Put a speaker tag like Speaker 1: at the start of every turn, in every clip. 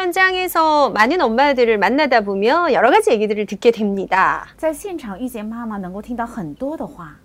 Speaker 1: 현장에서 많은 엄마들을 만나다 보면 여러 가지 얘기들을 듣게 됩니다.
Speaker 2: 在现场遇见妈妈，能够听到很多的话，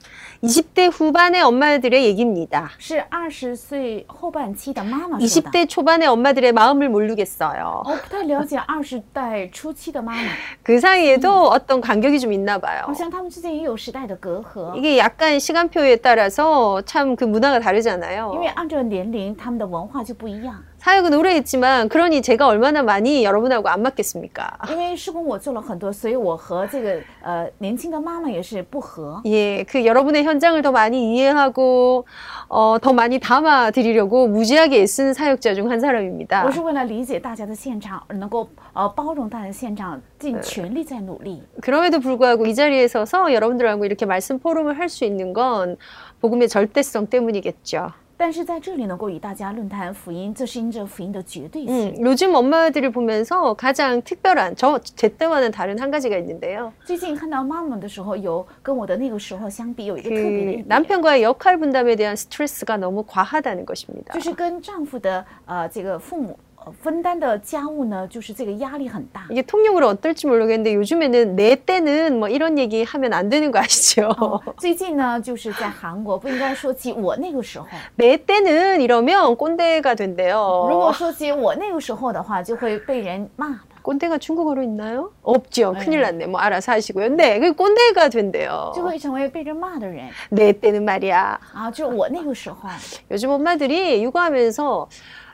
Speaker 1: 20대 후반의 엄마들의 얘기입니다.
Speaker 2: 是二十岁后半期的妈妈说的。
Speaker 1: 20대 초반의 엄마들의 마음을 모르겠어요.
Speaker 2: 我不太了解二十代初期的妈妈，
Speaker 1: 그 사이에도 어떤 간격이 좀 있나 봐요.
Speaker 2: 好像她们之间也有时代的隔阂，
Speaker 1: 이게 약간 시간표에 따라서 참 그 문화가
Speaker 2: 因
Speaker 1: 다르잖아요.
Speaker 2: 为按照年龄，她们的文化就不一样。
Speaker 1: 사역은 오래 했지만 그러니 제가 얼마나 많이 여러분하고 안 맞겠습니까?
Speaker 2: 因为施工我做了很多，所以我和这个呃年轻的妈妈也是不合。
Speaker 1: 예, 그 여러분의 현장을 더 많이 이해하고 어, 더 많이 담아 드리려고 무지하게 애쓴 사역자 중 한 사람입니다.
Speaker 2: 我是为了理解大家的现场，而能够呃包容大家的现场，尽全力在努力。
Speaker 1: 그럼에도 불구하고 이 자리에 서서 여러분들하고 이렇게 말씀 포럼을 할 수 있는 건 복음의 절대성 때문이겠죠.
Speaker 2: 但是在这里能够与大家论坛福音，这是因着福音的绝对性。
Speaker 1: 음, 요즘 엄마들을 보면서 가장 특별한 저 제 때와는 다른 한 가지가 있는데요.
Speaker 2: 最近看到妈妈的时候，有跟我的那个时候相比，有一个特别的
Speaker 1: 그
Speaker 2: 一点，
Speaker 1: 남편과의 역할 분담에 대한 스트레스가 너무 과하다는 것입니다.
Speaker 2: 就是跟丈夫的呃这个父母呃分担的家务呢，就是这个压力很大。
Speaker 1: 이게 통용으로 어떨지 모르겠는데 요즘에는 내 때는 뭐 이런 얘기 하면 안 되는 거 아시죠?
Speaker 2: 哦最近呢，就是在韩国，不应该说起我那个时候。
Speaker 1: 내 때는 이러면 꼰대가 된대요.
Speaker 2: 如果说起我那个时候的话，就会被人骂的。
Speaker 1: 꼰대가 중국어로 있나요? 없죠. 큰일 났네. 뭐 알아서 하시고요. 네, 그 꼰대가 된대요.
Speaker 2: 就会成为被人骂的人
Speaker 1: 내 네, 때는 말이야.
Speaker 2: 啊！就是我那个时候，
Speaker 1: 요즘 엄마들이 육아하면서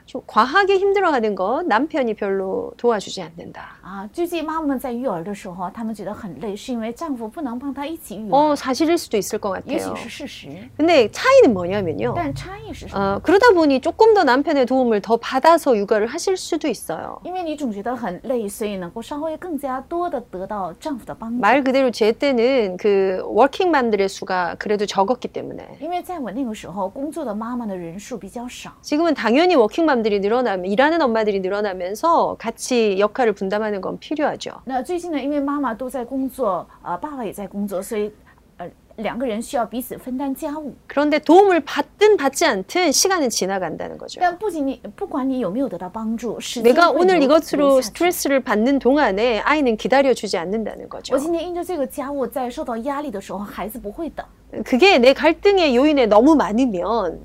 Speaker 1: 좀 과하게 힘들어하는 건 남편이 별로 도와주지 않는다.
Speaker 2: 啊，最近妈妈们在育儿的时候，她们觉得很累，是因为丈夫不能帮她一起育儿，
Speaker 1: 어, 사실일 수도 있을 것
Speaker 2: 也
Speaker 1: 같아요.
Speaker 2: 许是事实。
Speaker 1: 근데 차이는 뭐냐면요.
Speaker 2: 但差异是什么？
Speaker 1: 어, 그러다 보니 조금 더 남편의 도움을 더 받아서 육아를 하실 수도 있어요.
Speaker 2: 因为你总觉得很累，所以能够稍微更加多的得到丈夫的帮助。
Speaker 1: 말 그대로 제 때는 그 워킹맘들의 수가 그래도 적었기 때문에
Speaker 2: 因为在我那个时候，工作的妈妈的人数比较少，
Speaker 1: 지금은 당연히 워킹맘들이 늘어나면 일하는 엄마들이 늘어나면서 같이 역할을 분담하는 건 필요하죠.
Speaker 2: 那最近呢，因为妈妈都在工作，呃，爸爸也在工作，所以呃，两个人需要彼此分担家务。
Speaker 1: 그런데 도움을 받든 받지 않든 시간은 지나간다는 거죠.
Speaker 2: 但不仅你不管你有没有得到帮助，时间
Speaker 1: 내가
Speaker 2: 会流
Speaker 1: 오늘
Speaker 2: 流
Speaker 1: 이것으로
Speaker 2: 下去
Speaker 1: 스트레스를 받는 동안에 아이는 기다려주지 않는다는 거죠.
Speaker 2: 我今天因着这个家务，在受到压力的时候，孩子不会等。
Speaker 1: 그게 내 갈등의 요인에 너무 많으면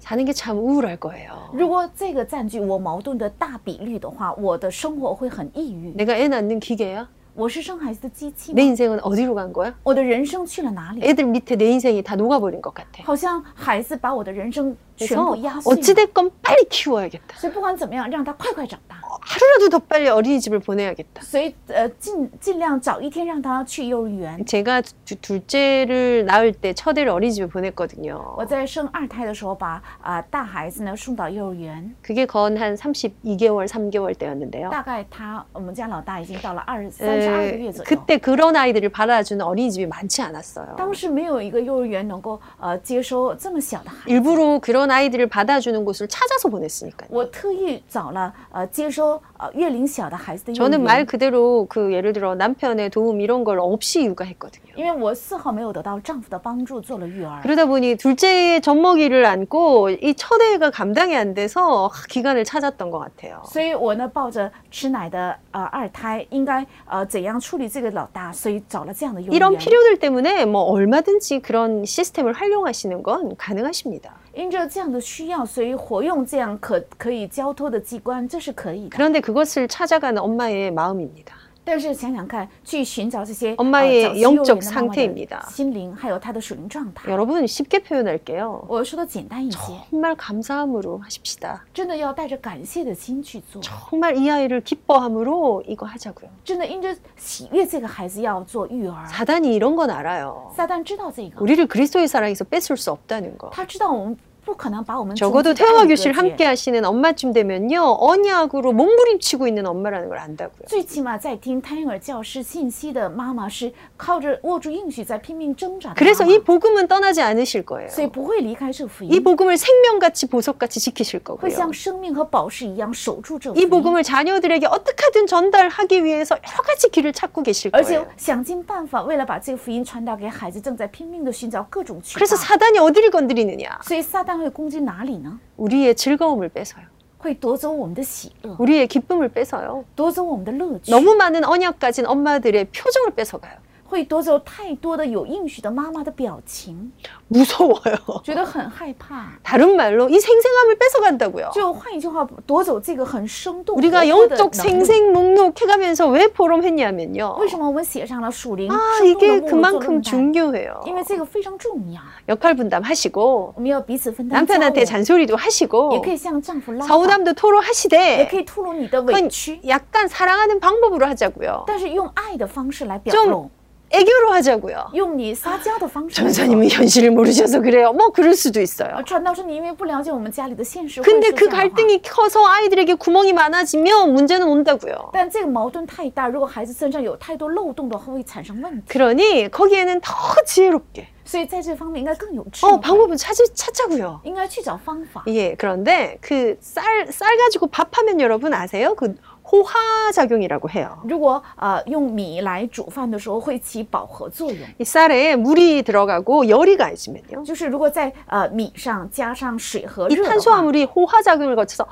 Speaker 1: 사는 게 참 우울할 거예요.
Speaker 2: 如果这个占据我矛盾的大比率的话，我的生活会很抑郁。
Speaker 1: 내가 애 낳는 기계야?
Speaker 2: 我是生孩子的机器
Speaker 1: 내
Speaker 2: 吗？
Speaker 1: 인생은 어디로 간 거야?
Speaker 2: 我的人生去了哪里？
Speaker 1: 애들 밑에 내 인생이 다 녹아버린 것 같아.
Speaker 2: 好像孩子把我的人生全
Speaker 1: 그래서
Speaker 2: 部压碎了。
Speaker 1: 어찌됐건 빨리 키워야겠다.
Speaker 2: 所以不管怎么样，让他快快长大。
Speaker 1: 하루라도 더 빨리 어린이집을 보내야겠다.
Speaker 2: 所以呃，尽尽量早一天让他去幼儿园。
Speaker 1: 제가 두- 둘째를 낳을 때 첫애를 어린이집에 보냈거든요.
Speaker 2: 我在生二胎的时候把，啊、大孩子呢送到幼儿园，
Speaker 1: 그게 건 한 32개월, 3개월 때였는데요.
Speaker 2: 大概他我们家老大已经到了二三十二个
Speaker 1: 에,
Speaker 2: 月左右。
Speaker 1: 예, 그때 그런 아이들을 받아주는 어린이집이 많지 않았어요.
Speaker 2: 当时没有一个幼儿园能够呃接收这么小的孩子，
Speaker 1: 일부러 그런 아이들을 받아주는 곳을 찾아서 보냈으니까요.
Speaker 2: 我特意找了呃接收呃月龄小的孩子的幼儿
Speaker 1: 저는 말
Speaker 2: 园，
Speaker 1: 그대로 그 예를 들어 남편의 도움 이런 걸 없이 육아했거든요.
Speaker 2: 因为我丝毫没有得到丈夫的帮助做了育儿，
Speaker 1: 그러다 보니 둘째의 젖먹이를 안고 이 첫애가 감당이 안 돼서 기간을 찾았던 것 같아요.
Speaker 2: 所以我呢抱着吃奶的呃二胎应该呃怎样处理这个老大，所以找了这样的幼儿
Speaker 1: 이런
Speaker 2: 园。
Speaker 1: 필요들 때문에 뭐 얼마든지 그런 시스템을 활용하시는 건 가능하십니다.
Speaker 2: 因着这样的需要，所以活用这样可可以交托的机关，这是可以的。
Speaker 1: 그런데 그것을 찾아가는 엄마의 마음입니다.
Speaker 2: 但是想想看，去寻找这些
Speaker 1: 엄마의
Speaker 2: 呃早期幼儿园的
Speaker 1: 영적
Speaker 2: 妈妈的
Speaker 1: 상태입니다
Speaker 2: 心灵还有她的属灵状态。
Speaker 1: 여러분 쉽게 표현할게요.
Speaker 2: 我说的简单一些，
Speaker 1: 정말 감사함으로 하십시다.
Speaker 2: 真的要带着感谢的心去做，
Speaker 1: 정말 이 아이를 기뻐함으로 이거 하자고요.
Speaker 2: 真的因着喜悦这个孩子要做育儿。
Speaker 1: 사단이 이런 건 알아요.
Speaker 2: 撒旦知道这个，
Speaker 1: 우리를 그리스도의 사랑에서 뺏을 수 없다는 거.
Speaker 2: 他知道我们不可能把我们
Speaker 1: 적어도
Speaker 2: 从自己的爱
Speaker 1: 태화 교실
Speaker 2: 隔绝
Speaker 1: 함께 하시는 엄마쯤 되면요. 언약으로 몸부림치고 있는 엄마라는 걸 안다고요.
Speaker 2: 最起码在听胎儿教师信息的妈妈是靠着握住应许在拼命挣扎的妈
Speaker 1: 그래서
Speaker 2: 妈
Speaker 1: 이 복음은 떠나지 않으실 거예요.
Speaker 2: 所以不会离开这福
Speaker 1: 이
Speaker 2: 音，
Speaker 1: 복음을 생명같이 보석같이 지키실
Speaker 2: 会
Speaker 1: 거고요.
Speaker 2: 像生命和宝石一样守住这福
Speaker 1: 이
Speaker 2: 音，
Speaker 1: 복음을 자녀들에게 어떻게든 전달하기 위해서 여러 가지 길을 찾고 계실
Speaker 2: 而且
Speaker 1: 거예요.
Speaker 2: 想尽办法为了把这个福音传达给孩子，正在拼命的寻找各种渠道
Speaker 1: 그래서 。 사단이 어디를 건드리느냐?
Speaker 2: 所以撒旦会攻击哪里呢？
Speaker 1: 우리의 즐거움을 뺏어요.
Speaker 2: 会夺走我们的喜乐，
Speaker 1: 우리의 기쁨을 뺏어요.
Speaker 2: 夺走我们的乐趣，
Speaker 1: 너무 많은 언약 가진 엄마들의 표정을 뺏어가요.
Speaker 2: 会夺走太多的有应许的妈妈的表情，
Speaker 1: 무서워요.
Speaker 2: 觉得很害怕。
Speaker 1: 다른 말로 이 생생함을 뺏어간다고요.
Speaker 2: 就换一句话，夺走这个很生动
Speaker 1: 우리가
Speaker 2: 活泼的
Speaker 1: 영적
Speaker 2: 能力
Speaker 1: 생생 목록해가면서 왜 보름했냐면요.
Speaker 2: 为什么我们写上了属灵
Speaker 1: 아,
Speaker 2: 生动
Speaker 1: 이게
Speaker 2: 的目录做论
Speaker 1: 그만큼
Speaker 2: 坛？
Speaker 1: 중요해요.
Speaker 2: 因为这个非常重要，
Speaker 1: 역할 분담하시고
Speaker 2: 我们要彼此分担家务，
Speaker 1: 남편한테 잔소리도
Speaker 2: 也
Speaker 1: 하시고
Speaker 2: 可以向丈夫拉话，
Speaker 1: 서우담도
Speaker 2: 也
Speaker 1: 토로하시되
Speaker 2: 可以吐露你的委
Speaker 1: 그건
Speaker 2: 屈，
Speaker 1: 약간 사랑하는 방법으로 하자고요.
Speaker 2: 但是用爱的方式来表
Speaker 1: 좀
Speaker 2: 露，
Speaker 1: 애교로 하자고요.
Speaker 2: 用你撒娇的方式来表露。
Speaker 1: 전사님은 현실을 모르셔서 그래요. 뭐 그럴 수도
Speaker 2: 啊，
Speaker 1: 있어요.
Speaker 2: 传道说你因为不了解我们家里的现实，会
Speaker 1: 근데
Speaker 2: 说这
Speaker 1: 그
Speaker 2: 样的话
Speaker 1: 갈등이 커서 아이들에게 구멍이 많아지면 문제는 온다고요.
Speaker 2: 但这个矛盾太大，如果孩子身上有太多漏洞的话，会产生问题。
Speaker 1: 그러니 거기에는 더 지혜롭게
Speaker 2: 所以在这方面应该更有智
Speaker 1: 어
Speaker 2: 慧，
Speaker 1: 방법은 찾, 찾자고요.
Speaker 2: 应该去找方法。
Speaker 1: 예, 그런데 그 쌀 쌀 가지고 밥하면 여러분 아세요? 그 호화 작용이라고 해요.
Speaker 2: 如果呃用米来煮饭的时候，会起饱和作用。
Speaker 1: 이 쌀에 물이 들어가고 열이 가해지면요.
Speaker 2: 就是如果在呃米上加上水和
Speaker 1: 이
Speaker 2: 热的话，
Speaker 1: 탄수화물이 호화 작용을 거쳐서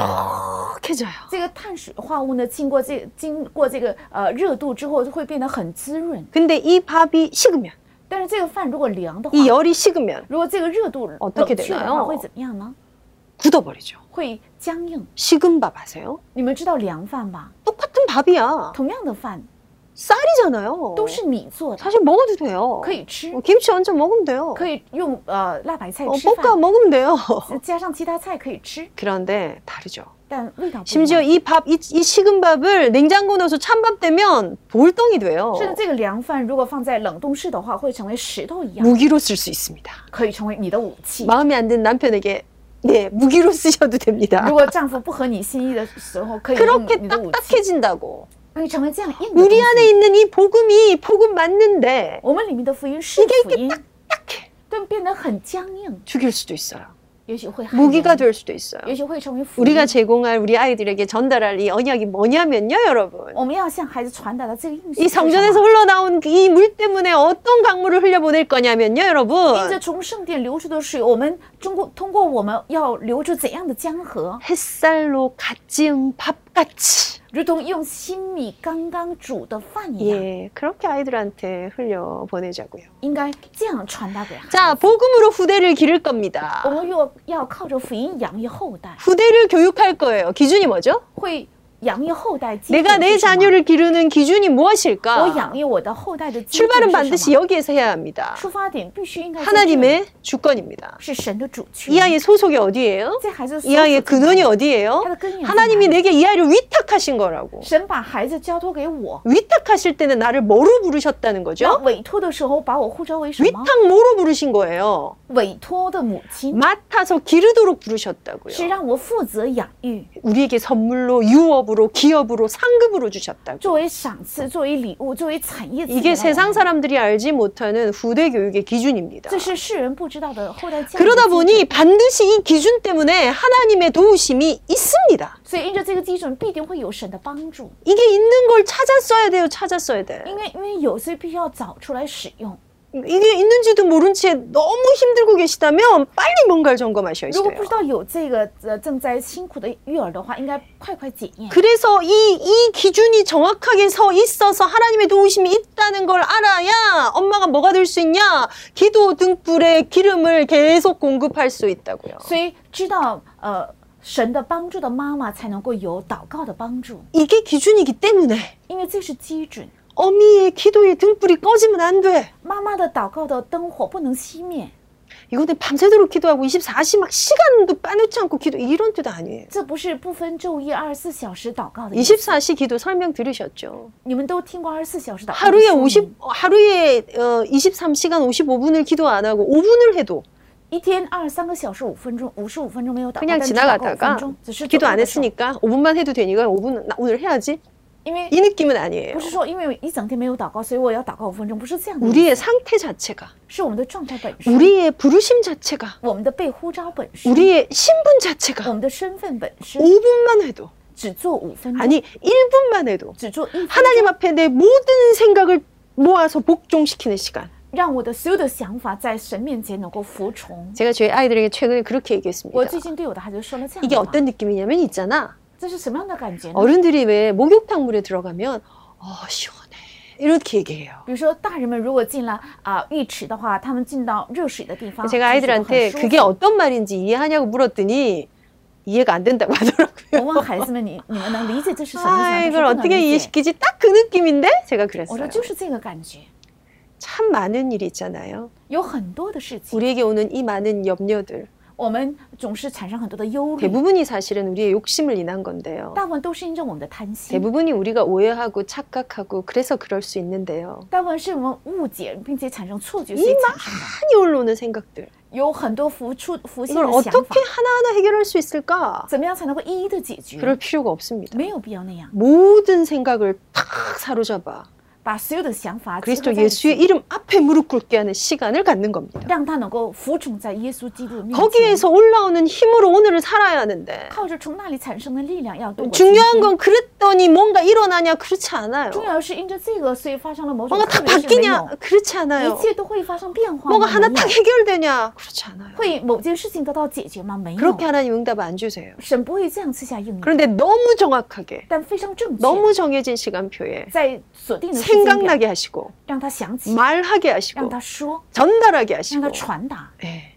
Speaker 1: 촉촉해져요.
Speaker 2: 这个碳水化合物呢，经过这经过这个呃热度之后，就会变得很滋润。
Speaker 1: 근데 이 밥이 식으면
Speaker 2: 但是这个饭如果凉的话，
Speaker 1: 이 열이 식으면
Speaker 2: 如果这个热度
Speaker 1: 哦
Speaker 2: 冷
Speaker 1: 对对
Speaker 2: 却
Speaker 1: 对
Speaker 2: 的话，
Speaker 1: 哦
Speaker 2: 会怎么样呢？
Speaker 1: 굳어버리죠.
Speaker 2: 会僵硬。
Speaker 1: 식은 밥 아세요?
Speaker 2: 你们知道凉饭吧？
Speaker 1: 똑같은 밥이야.
Speaker 2: 同样的饭
Speaker 1: 쌀이잖아요.
Speaker 2: 都是米做的，
Speaker 1: 사실 먹어도 돼요.
Speaker 2: 可以吃
Speaker 1: 어, ， 김치 얹어 먹으면 돼요.
Speaker 2: 可以用呃辣白菜
Speaker 1: 어,
Speaker 2: 吃
Speaker 1: 볶아
Speaker 2: 饭，
Speaker 1: 먹으면 돼요.
Speaker 2: 加上其他菜可以吃，
Speaker 1: 음. 그런데 다르죠.
Speaker 2: 但味道不一
Speaker 1: 심지어
Speaker 2: 样。
Speaker 1: 이 밥, 이, 이 식은 밥을 냉장고 넣어서 찬밥 되면 볼덩이 돼요.
Speaker 2: 甚至这个凉饭如果放在冷冻室的话，会成为石头一样，
Speaker 1: 무기로 쓸 수 있습니다.
Speaker 2: 可以成为你的武器。
Speaker 1: 마음에 안 드는 남편에게 네 무기로 쓰셔도 됩니다.
Speaker 2: 如果丈夫不合你心意的时候，可以用
Speaker 1: 그렇게
Speaker 2: 你的武器，
Speaker 1: 딱딱해진다고.
Speaker 2: 可以成为这样硬的东
Speaker 1: 우리
Speaker 2: 西。
Speaker 1: 안에 있는 이 복음이 복음 맞는데
Speaker 2: 我们里面的福音是福音，
Speaker 1: 딱해
Speaker 2: 但变得很僵硬，
Speaker 1: 죽일 수도 있어요.
Speaker 2: 也许会害人
Speaker 1: 무기가 될 수도 있어요.
Speaker 2: 也许会成为福音
Speaker 1: 우리가 。 제공할 우리 아이들에게 전달할 이 언약이 뭐냐면요, 여러분.
Speaker 2: 我们要向孩子传达的这个应
Speaker 1: 이
Speaker 2: 许是什么，
Speaker 1: 성전에서 흘러나온 이 물 때문에 어떤 강물을 흘려보낼 거냐면요,
Speaker 2: 因着
Speaker 1: 여러분.
Speaker 2: 从圣殿流出的水，我们中国通过我们要流出怎样的江河，
Speaker 1: 햇살로 갓 지은 밥같이.
Speaker 2: 如同用新米刚刚煮的饭一样，
Speaker 1: 예, 그렇게 아이들한테 흘려 보내자고요.
Speaker 2: 应该这样传达给孩子。
Speaker 1: 자, 복음으로 후대를 기를
Speaker 2: 我
Speaker 1: 겁니다.
Speaker 2: 们又要靠着福音养育后代，
Speaker 1: 후대를 교육할 거예요. 기준이 뭐죠?
Speaker 2: 会养育后代基础是什么。
Speaker 1: 내가 내 자녀를 기르는 기준이
Speaker 2: 我
Speaker 1: 무엇일까?
Speaker 2: 养育我的后代啊的基础是
Speaker 1: 출발은
Speaker 2: 什
Speaker 1: 반드시
Speaker 2: 么？
Speaker 1: 어, 여기에서 해야 합니다.
Speaker 2: 出发点必须应该在这里
Speaker 1: 하나님의 주권입니다.
Speaker 2: 是神的主权。
Speaker 1: 이 아이의 소속이 어디예요?
Speaker 2: 这孩子所
Speaker 1: 이 아이의
Speaker 2: 处在哪
Speaker 1: 근원이
Speaker 2: 里
Speaker 1: 어디예요?
Speaker 2: 하나 끈이
Speaker 1: 하나님이
Speaker 2: 없나요?
Speaker 1: 내게 이 아이를 위탁하신 거라고.
Speaker 2: 神把孩子交托给我，
Speaker 1: 위탁하실 때는 나를 뭐로 부르셨다는
Speaker 2: 那
Speaker 1: 거죠?
Speaker 2: 委托的时候把我呼召为什么？
Speaker 1: 위탁 뭐로 부르신 거예요?
Speaker 2: 委托的母亲
Speaker 1: 맡아서 기르도록
Speaker 2: 是
Speaker 1: 부르셨다고요.
Speaker 2: 让我负责养育，
Speaker 1: 우리에게 선물로 유업으로 기업으로 상급으로 주셨다고.
Speaker 2: 作为赏赐，作为礼物，作为产业赐给
Speaker 1: 이게
Speaker 2: 了我
Speaker 1: 세상
Speaker 2: 们。
Speaker 1: 사람들이 알지 못하는 후대 교육의 기준입니다.
Speaker 2: 这是世人不知道的后代教育。
Speaker 1: 그러다 보니 반드시 이 기준 때문에 하나님의 도우심이 있습니다.
Speaker 2: 所以因着这个基准，必定会有神的帮助。
Speaker 1: 이게 있는 걸 찾아 써야 돼요. 찾아 써야 돼.
Speaker 2: 因为因为有，所以必须要找出来使用。
Speaker 1: 이게 있는지도 모른 채 너무 힘들고 계시다면 빨리 뭔가를 점검하셔야
Speaker 2: 如果
Speaker 1: 돼요.
Speaker 2: 不知道有这个呃正在辛苦的育儿的话，应该快快检验。
Speaker 1: 그래서 이 이 기준이 정확하게 서 있어서 하나님의 도우심이 있다는 걸 알아야 엄마가 뭐가 될 수 있냐? 기도 등불에 기름을 계속 공급할 수 있다고요.
Speaker 2: 所以知道呃神的帮助的妈妈才能够有祷告的帮助，
Speaker 1: 이게 기준이기 때문에
Speaker 2: 因为这是基准。
Speaker 1: 어미의 기도의 등불이 꺼지면 안 돼.
Speaker 2: 妈妈的祷告的灯火不能熄灭，
Speaker 1: 이거는 밤새도록 기도하고 24시 막 시간도 빠놓지 않고 기도 이런 뜻 아니에요.
Speaker 2: 这不是不分昼夜二十四小时祷告的意思。
Speaker 1: 24시 기도 설명 들으셨죠?
Speaker 2: 你们都听过二十四小时祷告的说
Speaker 1: 하루에
Speaker 2: 明
Speaker 1: 50 하루에 어, 23시간 55분을 기도 안 하고 5분을 해도
Speaker 2: 一天二十三个小时五分钟，五十五分钟没有祷告，
Speaker 1: 그냥
Speaker 2: 但只祷告五分
Speaker 1: 지나가다가
Speaker 2: 钟，只是
Speaker 1: 기도
Speaker 2: 走路
Speaker 1: 안
Speaker 2: 的时候
Speaker 1: 했으니까 5분만 해도 되니까 5분 나 오늘 해야지
Speaker 2: 因为
Speaker 1: 이 느낌은 아니에요.
Speaker 2: 不是说因为一整天没有祷告，所以我要祷告五分钟，不是这样的意思，
Speaker 1: 우리의 상태 자체가
Speaker 2: 是我们的状态本身，
Speaker 1: 우리의 부르심 자체가
Speaker 2: 我们的被呼召本身，
Speaker 1: 우리의 신분
Speaker 2: 我
Speaker 1: 자체가
Speaker 2: 们的身份本身，
Speaker 1: 5분만 해도
Speaker 2: 只做五分钟，
Speaker 1: 아니 1분만 해도
Speaker 2: 只做一分钟
Speaker 1: 하나님 앞에 내 모든 생각을 모아서 복종시키는 시간
Speaker 2: 让我的所有的想法在神面前能够服从。
Speaker 1: 제가 저희 아이들에게 최근에 그렇게
Speaker 2: 我
Speaker 1: 얘기했습니다.
Speaker 2: 最近对我的孩子说了这
Speaker 1: 이게
Speaker 2: 样的话，哦
Speaker 1: 어떤 느낌이냐면 있잖아.
Speaker 2: 这是什么样的感觉呢？
Speaker 1: 어른들이 왜 목욕탕 물에 들어가면 어 시원해 이렇게 얘기해요.
Speaker 2: 比如说，大人们如果进了啊、浴池的话，他们进到热水的地方，
Speaker 1: 제가
Speaker 2: 就觉得很
Speaker 1: 아이들한테
Speaker 2: 舒
Speaker 1: 그게
Speaker 2: 服
Speaker 1: 어떤 말인지 이해하냐고 물었더니 이해가 안 된다고 하더라고요.
Speaker 2: 我问孩子们，你你们能理解哎这是什么意思吗？
Speaker 1: 아,
Speaker 2: 他说
Speaker 1: 이걸
Speaker 2: 不能
Speaker 1: 어떻게
Speaker 2: 理解。
Speaker 1: 이해시키지? 딱 그 느낌인데? 제가
Speaker 2: 我
Speaker 1: 그랬어요.
Speaker 2: 说就是这个感觉，
Speaker 1: 참 많은 일이 있잖아요.
Speaker 2: 有很多的事情，
Speaker 1: 우리에게 오는 이 많은 염려들.
Speaker 2: 我们总是产生很多的忧虑，
Speaker 1: 대부분이 사실은 우리의 욕심을 인한 건데요.
Speaker 2: 大部分都是因着我们的贪心，
Speaker 1: 대부분이 우리가 오해하고 착각하고 그래서 그럴 수 있는데요.
Speaker 2: 大部分是我们误解并且产生错觉，所以
Speaker 1: 이
Speaker 2: 产生的
Speaker 1: 많이 올라오는 생각들.
Speaker 2: 有很多浮出浮现
Speaker 1: 이걸
Speaker 2: 的想法
Speaker 1: 어떻게 ， 하나하나 해결할 수 있을까?
Speaker 2: 怎么样才能够一一的解决？
Speaker 1: 그럴 필요가 없습니다.
Speaker 2: 没有必要那样，
Speaker 1: 모든 생각을 팍 사로잡아
Speaker 2: 把所有的想法集合
Speaker 1: 그리스도
Speaker 2: 在一起
Speaker 1: 예수의 이름 앞에 무릎 꿇게 하는 시간을 갖는 겁니다.
Speaker 2: 让他能够服从在耶稣基督的面前。
Speaker 1: 거기에서 올라오는 힘으로 오늘을 살아야 하는데
Speaker 2: 靠着从那里产生的力量要度
Speaker 1: 음,
Speaker 2: 过今
Speaker 1: 중요한
Speaker 2: 天。
Speaker 1: 건 그랬더니 뭔가 일어나냐 그렇지 않아요.
Speaker 2: 重要的是因着这个，所以发生了某种
Speaker 1: 뭔가
Speaker 2: 特
Speaker 1: 다
Speaker 2: 别是没
Speaker 1: 바뀌냐
Speaker 2: 有，
Speaker 1: 그렇지 않아요.
Speaker 2: 一切都会发生变化吗。
Speaker 1: 뭔가 하나
Speaker 2: 没
Speaker 1: 딱
Speaker 2: 有
Speaker 1: 해결되냐 그렇지 않아요.
Speaker 2: 会某件事情得到解决吗？没有
Speaker 1: 그렇게 ， 하나님 응답 안 주세요.
Speaker 2: 神不会这样赐下应允，
Speaker 1: 그런데 너무 정확하게
Speaker 2: 但非常正确，
Speaker 1: 너무 정해진 시간표에
Speaker 2: 在锁定的时间表，
Speaker 1: 생각나게 하시고
Speaker 2: 让他想起，
Speaker 1: 말하게
Speaker 2: 让
Speaker 1: 하시고
Speaker 2: 他说，
Speaker 1: 전달하게
Speaker 2: 让他
Speaker 1: 하시고
Speaker 2: 传达。
Speaker 1: 예.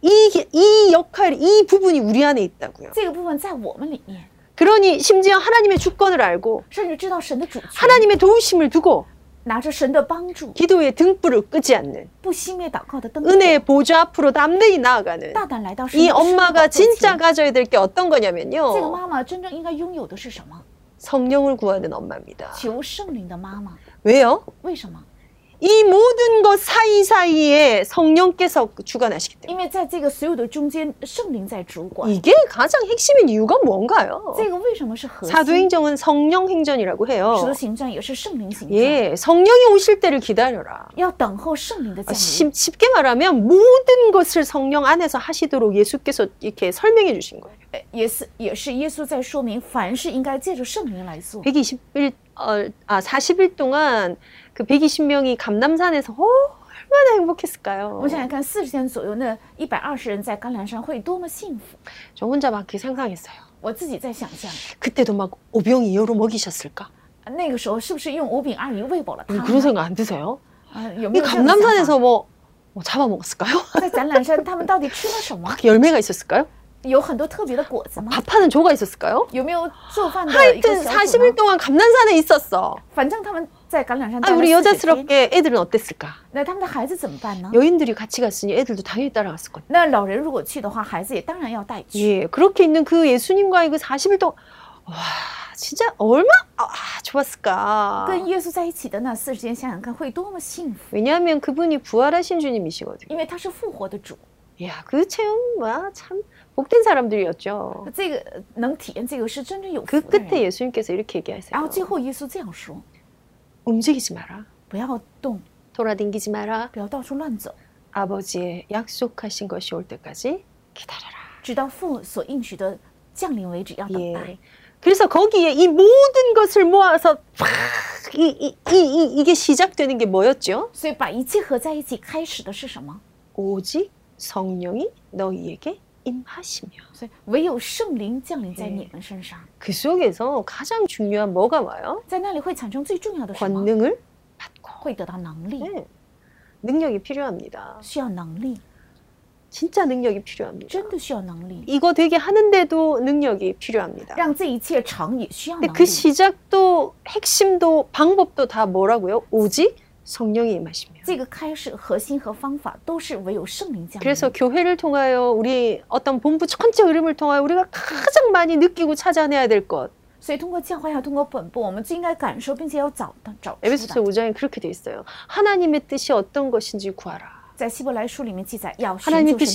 Speaker 1: 이, 이 역할, 이 부분이 우리 안에 있다고요.
Speaker 2: 这个部分在我们里面，
Speaker 1: 그러니 심지어 하나님의 주권을 알고
Speaker 2: 甚至知道神的主权，
Speaker 1: 하나님의 도우심을 두고
Speaker 2: 拿着神的帮助，
Speaker 1: 기도의 등불을 끄지 않는
Speaker 2: 不熄灭祷告的灯火，
Speaker 1: 은혜의 보좌 앞으로 담대히 나아가는
Speaker 2: 大胆来到神的
Speaker 1: 이
Speaker 2: 施恩宝
Speaker 1: 엄마가
Speaker 2: 座前
Speaker 1: 진짜 가져야 될 게 어떤
Speaker 2: 这个
Speaker 1: 거냐면요.
Speaker 2: 妈妈真正应该拥有的是什
Speaker 1: 哦
Speaker 2: 么？
Speaker 1: 성령을 구하는 엄마입니다.
Speaker 2: 求圣灵的妈妈，
Speaker 1: 왜요?
Speaker 2: 为什么？
Speaker 1: 이 모든 것 사이사이에 성령께서 주관하시기
Speaker 2: 因
Speaker 1: 때문에
Speaker 2: 为在这个所有的中间，圣灵在主管。
Speaker 1: 이게 가장 핵심인 이유가 뭔가요?
Speaker 2: 这个为什么是核心？
Speaker 1: 사도행정은 성령 행전이라고
Speaker 2: 使徒
Speaker 1: 해요.
Speaker 2: 行传也是圣灵行传，
Speaker 1: 예, 성령이 오실 때를 기다려라.
Speaker 2: 要等候圣灵的
Speaker 1: 아,
Speaker 2: 降临。
Speaker 1: 쉽- 쉽게 말하면 모든 것을 성령 안에서 하시도록 예수께서 이렇게 설명해 주신 거예요.
Speaker 2: 呃也是也是耶稣在说明，凡事应该借着圣灵来
Speaker 1: 哎
Speaker 2: 做。
Speaker 1: 121, 어, 아, 40일 동안 그 120명이 감남산에서 얼마나 행복했을까요?
Speaker 2: 我想想看，四十天左右，那一百二十人在甘蓝山会多么幸福？
Speaker 1: 저 혼자 막 이렇게 상상했어요.
Speaker 2: 我自己在想象，
Speaker 1: 그때도 막 오병 이어로 먹이셨을까?
Speaker 2: 那个时候是不是用五饼二鱼喂饱了他
Speaker 1: 음,
Speaker 2: 们？
Speaker 1: 그런 생각 안 드세요?
Speaker 2: 啊，有没
Speaker 1: 이
Speaker 2: 有这样的想法
Speaker 1: 감남산에서 뭐, 뭐 잡아먹었을까요?
Speaker 2: 在橄榄山，他们到底吃了什么？
Speaker 1: 막 열매가 있었을까요?
Speaker 2: 有很多特别的果子吗？
Speaker 1: 밥하는 조가 있었을까요?
Speaker 2: 有没有做饭的一个
Speaker 1: 아. 하여튼
Speaker 2: 小组
Speaker 1: 40일
Speaker 2: 呢？
Speaker 1: 동안 감남산에 있었어.
Speaker 2: 反正他们在橄榄山
Speaker 1: 아,
Speaker 2: 待了
Speaker 1: 우리
Speaker 2: 40天
Speaker 1: 여자스럽게 애들은 어땠을까?
Speaker 2: 那他们的孩子怎么办呢？
Speaker 1: 여인들이 같이 갔으니 애들도 당연히 따라갔었거든요.
Speaker 2: 那老人如果去的话，孩子也当然要带去。
Speaker 1: 예, 그렇게 있는 그 예수님과의 그 40일 동안 와, 진짜 얼마 아, 좋았을까?
Speaker 2: 跟耶稣在一起的那四十天，想想看会多么幸福，
Speaker 1: 왜냐하면 그분이 부활하신 주님이시거든요.
Speaker 2: 因为他是复活的主，
Speaker 1: 이야, 그 체험 와참 복된 사람들이었죠.
Speaker 2: 这个呃能体验这个是真正有
Speaker 1: 그
Speaker 2: 福的
Speaker 1: 끝에
Speaker 2: 人。
Speaker 1: 예수님께서 이렇게
Speaker 2: 然后
Speaker 1: 얘기하세요.
Speaker 2: 最后耶稣这样说
Speaker 1: 움직이지 마라. ：“
Speaker 2: 不要动，
Speaker 1: 돌아댕기지 마라.
Speaker 2: 不要到处乱走，
Speaker 1: 아버지의 약속하신 것이 올 때까지 기다려라.
Speaker 2: 直到父所应许的降临为止，要等待
Speaker 1: 예. 。 그래서 거기에 이 모든 것을 모아서 팍 이, 이, 이, 이, 이게 시작되는 게 뭐였죠? ”
Speaker 2: 所以把一切合在一起，开始的是什么？
Speaker 1: 오직 성령이 너희에게 임하시며
Speaker 2: 所以唯有圣灵降临在你们身上，
Speaker 1: 그 속에서 가장 중요한 뭐가 와요?
Speaker 2: 在那里会产生最重要的什么？
Speaker 1: 권능을
Speaker 2: 会得到能力，
Speaker 1: 네. 능력이 필요합니다.
Speaker 2: 需要能力，
Speaker 1: 진짜 능력이 필요합니다.
Speaker 2: 真的需要能力，
Speaker 1: 이거 되게 하는데도 능력이 필요합니다.
Speaker 2: 让这一切成也需要
Speaker 1: 근데
Speaker 2: 能
Speaker 1: 그
Speaker 2: 力。
Speaker 1: 시작도 핵심도 방법도 다 뭐라고요? 오직 성령이 임하시며
Speaker 2: 这个开始核心和方法都是唯有圣灵降临。
Speaker 1: 그래서 교회를 통하여 우리 어떤 본부 전체 흐름을 통하여 우리가 가장 많이 느끼고 찾아내야 될 것.
Speaker 2: 所以通过教会，还有通过本部，我们最应该感受，并且要找到找出
Speaker 1: 에베소서
Speaker 2: 的。
Speaker 1: 5장에 그렇게 돼 있어요. 하나님의 뜻이 어떤 것인지 구하라.
Speaker 2: 在希伯来书里面记载，要寻
Speaker 1: 하나님의
Speaker 2: 求
Speaker 1: 뜻이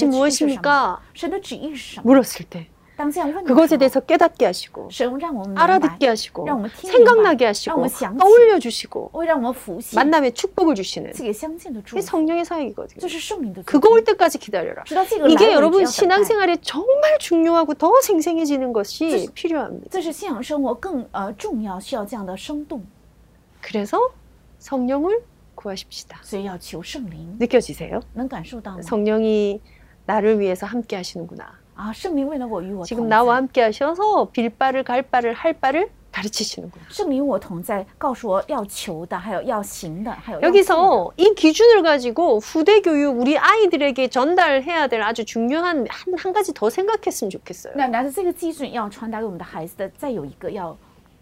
Speaker 2: 神的旨
Speaker 1: 무엇입니까?
Speaker 2: 意是什么？神的旨意是什么？
Speaker 1: 물었을 때
Speaker 2: 当这样问的时
Speaker 1: 그것에
Speaker 2: 候
Speaker 1: 대해서 깨닫게 하시고
Speaker 2: 神让我们明白
Speaker 1: 알아듣게 ， 하시고
Speaker 2: 야, 어머, 튀는
Speaker 1: 생각나게
Speaker 2: 거야. 야,
Speaker 1: 하시고
Speaker 2: 어머, 샹치.
Speaker 1: 떠올려 주시고
Speaker 2: 会让我们服信，
Speaker 1: 만남의 축복을 주시는
Speaker 2: 这个相近的祝
Speaker 1: 이
Speaker 2: 福，
Speaker 1: 성령의
Speaker 2: 这
Speaker 1: 사역이거든요.
Speaker 2: 是圣灵的祝
Speaker 1: 그거
Speaker 2: 福
Speaker 1: 올 。 때까지 기다려라.
Speaker 2: 直到这个来
Speaker 1: 이게
Speaker 2: 我们
Speaker 1: 여러분
Speaker 2: 只要等待。
Speaker 1: 신앙생활에 정말 중요하고 더 생생해지는 것이
Speaker 2: 뜻-
Speaker 1: 필요합니다.
Speaker 2: 这是信仰生活更呃重要，需要这样的生动。
Speaker 1: 그래서 성령을 구하십시다.
Speaker 2: 所以要求圣灵，
Speaker 1: 느껴지세요?
Speaker 2: 能感受到
Speaker 1: 음.
Speaker 2: 吗？
Speaker 1: 성령이 나를 위해서 함께 하시는구나.
Speaker 2: 啊，圣灵为了我与我
Speaker 1: 지금
Speaker 2: 同
Speaker 1: 나와
Speaker 2: 在，
Speaker 1: 함께 하셔서 빌바를 갈바를 할바를 가르치시는구나.
Speaker 2: 圣灵与我同在，告诉我要求的，还有要行的，还有要做的
Speaker 1: 여기서 이 기준을 가지고 후대 교육 우리 아이들에게 전달해야 될 아주 중요한 한, 한 가지 더 생각했으면 좋겠어요.
Speaker 2: 那拿着这个基准要传达给我们的孩子的，再有一个要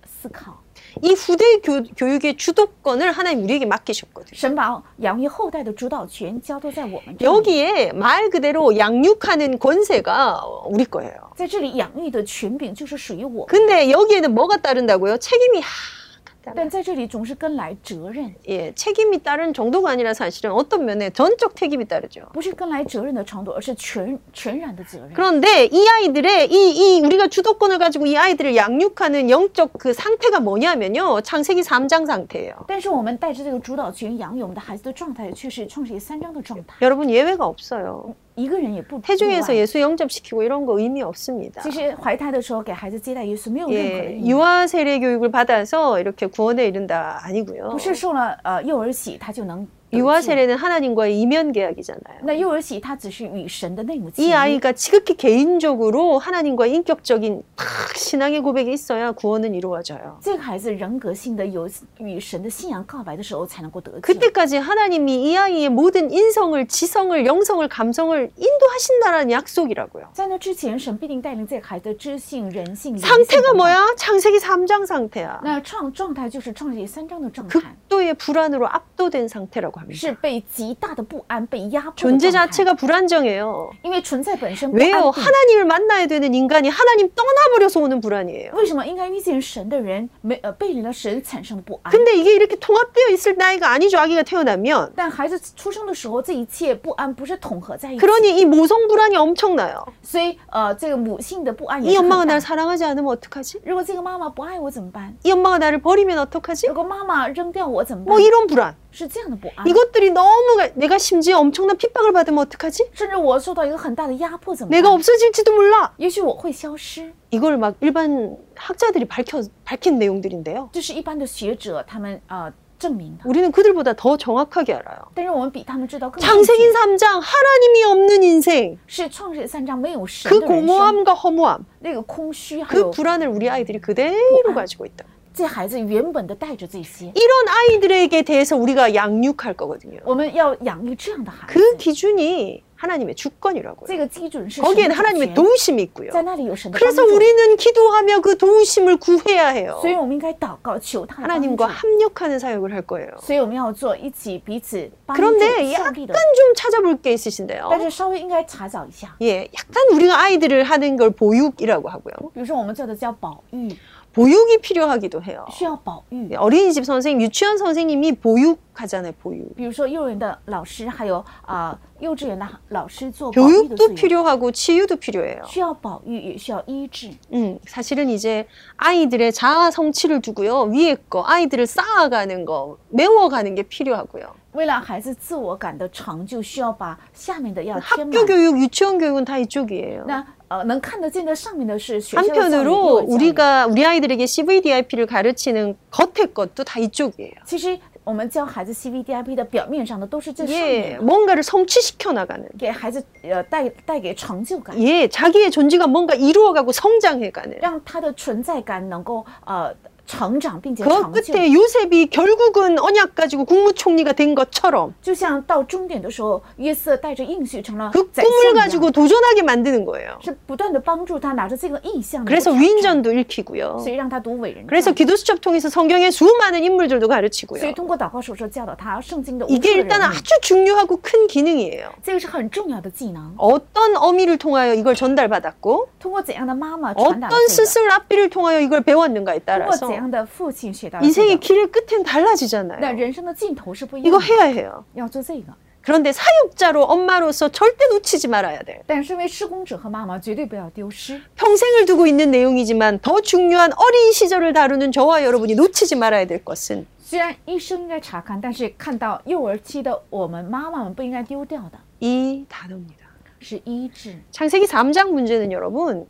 Speaker 2: 思考，
Speaker 1: 이 후대 교, 교육의 주도권을 하나님 우리에게 맡기셨거든요.
Speaker 2: 神把养育后代的主导权交托在我们这里，
Speaker 1: 여기에 말 그대로 양육하는 권세가 우리 거예요.
Speaker 2: 在这里养育的权柄就是属于我，
Speaker 1: 근데 여기에는 뭐가 따른다고요? 책임이 약간 따라.
Speaker 2: 但在这里总是跟来责任，
Speaker 1: 예, 책임이 따른 정도가 아니라 사실은 어떤 면에 전적 책임이 따르죠.
Speaker 2: 不是跟来责任的程度，而是全全然的责任。
Speaker 1: 그런데 이 아이들의 이, 이 우리가 주도권을 가지고 이 아이들을 양육하는 영적 그 상태가 뭐냐면요. 창세기 3장 상태예요.
Speaker 2: 但是我们带着这个主导权养育我们的孩子的状态，却是创世纪三章的状态，
Speaker 1: 여러분 예외가 없어요.
Speaker 2: 一个人也不例
Speaker 1: 태중에서
Speaker 2: 外
Speaker 1: 예수 영접시키고 이런 거 의미 없습니다.
Speaker 2: 其实怀胎的时候给孩子接待耶稣没有任何的
Speaker 1: 예,
Speaker 2: 意义，
Speaker 1: 유아 세례 교육을 받아서 이렇게 구원에 이른다 아니고요.
Speaker 2: 不是受了呃幼儿洗他就能得
Speaker 1: 유아
Speaker 2: 救
Speaker 1: 세례는 하나님과의 이면 계약이잖아요.
Speaker 2: 那幼儿洗它只是与神的内幕契
Speaker 1: 이
Speaker 2: 约，
Speaker 1: 아이가 지극히 개인적으로 하나님과 인격적인 탁 신앙의 고백이 있어야 구원은 이루어져요.
Speaker 2: 这个孩子人格性的有与神的信仰告白的时候才能够得救。
Speaker 1: 그때까지 하나님이 이 아이의 모든 인성을, 지성을, 영성을, 감성을 인도하신다라는 약속이라고요.
Speaker 2: 在那之前，神必定带领这个孩子的知性、人性、灵性
Speaker 1: 상태가
Speaker 2: 等等
Speaker 1: 뭐야? 창세기 3장 상태야.
Speaker 2: 那创状态就是创世纪三章的状态，
Speaker 1: 극도의 불안으로 압도된 상태라고 합니다.
Speaker 2: 是被极大的不安、被压迫的
Speaker 1: 존재
Speaker 2: 状态
Speaker 1: 자체가 불안정해요.
Speaker 2: 因为存在本身不安
Speaker 1: 왜요?
Speaker 2: 定。
Speaker 1: 하나님을 만나야 되는 인간이 하나님 떠나버려서 오는 불안이에요.
Speaker 2: 为什么应该遇见神的人没呃背离了神产生的不安？
Speaker 1: 근데 이게 이렇게 통합되어 있을 나이가 아니죠. 아기가 태어나면.
Speaker 2: 但孩子出生的时候，这一切不安不是统合在一起，
Speaker 1: 그러니 이 모성 불안이 엄청나요.
Speaker 2: 所以呃，这个母性的不安也
Speaker 1: 이
Speaker 2: 是很
Speaker 1: 엄마가
Speaker 2: 大
Speaker 1: 날 。 사랑하지 않으면 어떡하지?
Speaker 2: 如果这个妈妈不爱我怎么办？
Speaker 1: 이 엄마가 나를 버리면 어떡하지?
Speaker 2: 如果妈妈扔掉我怎么办
Speaker 1: 뭐 ？ 이런 불안.
Speaker 2: 是这样的不安，
Speaker 1: 아. 이것들이 너무 가- 내가 심지어 엄청난 핍박을 받으면 어떡하지?
Speaker 2: 甚至我受到一个很大的压迫怎么
Speaker 1: 내가
Speaker 2: 办？
Speaker 1: 없어질지도 몰라.
Speaker 2: 也许我会消失。
Speaker 1: 이걸 막 일반 학자들이 밝혀 밝힌 내용들인데요.
Speaker 2: 这是一般的学者他们呃证明的，
Speaker 1: 우리는 그들보다 더 정확하게 알아요.
Speaker 2: 但是我们比他们知道
Speaker 1: 음,
Speaker 2: 更清楚
Speaker 1: 창세기 3장 하나님이 없는 인생.
Speaker 2: 是创世三章没有神
Speaker 1: 그
Speaker 2: 的人生，
Speaker 1: 공허함과 허무함,
Speaker 2: 那个空虚，还
Speaker 1: 그
Speaker 2: 有
Speaker 1: 불안을 우리 아이들이 그대로 가지고 있다.
Speaker 2: 这孩子原本的带着这些，
Speaker 1: 이런 아이들에게 대해서 우리가 양육할 거거든요.
Speaker 2: 我们要养育这样的孩子。
Speaker 1: 그 기준이 하나님의 주권이라고요.
Speaker 2: 这个基准是神
Speaker 1: 거기에는
Speaker 2: 的主
Speaker 1: 하나님의
Speaker 2: 权，
Speaker 1: 도우심이 있고요.
Speaker 2: 在那里有神的帮
Speaker 1: 그래서
Speaker 2: 助，
Speaker 1: 우리는 기도하며 그 도우심을 구해야 해요.
Speaker 2: 所以我们应该祷告求他的帮助
Speaker 1: 하나님과 ， 합력하는 사역을 할 거예요.
Speaker 2: 所以我们要做一起彼此
Speaker 1: 아,
Speaker 2: 帮助
Speaker 1: 그런데
Speaker 2: 效
Speaker 1: 약간
Speaker 2: 力的。哦
Speaker 1: 좀 찾아볼 게 있으신데요.
Speaker 2: 但是稍微应该查找一下，
Speaker 1: 예, 약간 우리가 아이들을 하는 걸 보육이라고 하고요.
Speaker 2: 比如说我们叫的叫保育，
Speaker 1: 보육이 필요하기도 해요.
Speaker 2: 需要保育
Speaker 1: 예, 。 어린이집 선생님, 유치원 선생님이 보육하잖아요, 보육.
Speaker 2: 比如说幼儿园的老师，还有啊、呃幼稚园的老师做保育的作
Speaker 1: 교육도
Speaker 2: 用，
Speaker 1: 필요하고 치유도 필요해요.
Speaker 2: 需要保育也需要医治。
Speaker 1: 음, 사실은 이제 아이들의 자아 성취를 두고요. 위에 거, 아이들을 쌓아가는 거, 메워가는 게 필요하고요.
Speaker 2: 为了孩子自我感的成就，需要把下面的要填满
Speaker 1: 학교 。 교육, 유치원 교육은 다 이쪽이에요.
Speaker 2: 那呃，能看得见的上面的是学校的教育幼
Speaker 1: 한편으로
Speaker 2: 儿教育
Speaker 1: 우리가 우리 아이들에게 CVDIP를 가르치는 겉의 것도 다 이쪽이에요.
Speaker 2: 其实我们教孩子 CVDIP 的表面上的都是这上
Speaker 1: 예,
Speaker 2: 面的，
Speaker 1: 뭔가를 성취시켜 나가는.
Speaker 2: 给孩子呃带带给成就感，
Speaker 1: 예, 자기의 존재가 뭔가 이루어가고 성장해가는.
Speaker 2: 让他的存在感能够呃成长并且
Speaker 1: 그
Speaker 2: 长久。
Speaker 1: 끝에 요셉이 결국은 언약 가지고 국무총리가 된 것처럼
Speaker 2: 就像到终点的时候，约瑟带着应许成了
Speaker 1: 그
Speaker 2: 宰相
Speaker 1: 꿈을
Speaker 2: 一样
Speaker 1: 가지고 도전하게 만드는 거예요.
Speaker 2: 是不断的帮助他拿着这个印象，
Speaker 1: 그래서
Speaker 2: 能够产生
Speaker 1: 위인전도 읽히고요.
Speaker 2: 所以让他读伟人传，
Speaker 1: 그래서 기도 수첩 통해서 성경의 수많은 인물들도
Speaker 2: 所
Speaker 1: 가르치고요.
Speaker 2: 以通过祷告手册教导他圣经的无数
Speaker 1: 이게
Speaker 2: 的
Speaker 1: 일단은
Speaker 2: 人啊物
Speaker 1: 아주 중요하고 큰 기능이에요.
Speaker 2: 这个是很重要的技能。
Speaker 1: 어떤 어미를 통하여 이걸 전달받았고
Speaker 2: 通过怎样的妈妈传达了
Speaker 1: 어떤
Speaker 2: 这个，
Speaker 1: 스승 앞비를 통하여 이걸 배웠는가에
Speaker 2: 通过
Speaker 1: 따라서
Speaker 2: 怎样的父亲学到了这
Speaker 1: 인생의
Speaker 2: 个，
Speaker 1: 길의 끝엔
Speaker 2: 那
Speaker 1: 달라지잖아요.
Speaker 2: 人生的尽头是不一样
Speaker 1: 이거
Speaker 2: 的。
Speaker 1: 해야 해요.
Speaker 2: 要做这个，
Speaker 1: 그런데 사육자로 엄마로서 절대 놓치지 말아야 돼요.
Speaker 2: 但身为施工者和妈妈绝对不要丢失。
Speaker 1: 평생을 두고 있는 내용이지만 더 중요한 어린 시절을 다루는 저와 여러분이 놓치지 말아야 될 것은
Speaker 2: 虽然医生应该查看，但是看到幼儿期的我们妈妈们不应该丢掉的
Speaker 1: 이 단어입니다.
Speaker 2: 是医治。
Speaker 1: 창세기 3장 문제는 여러분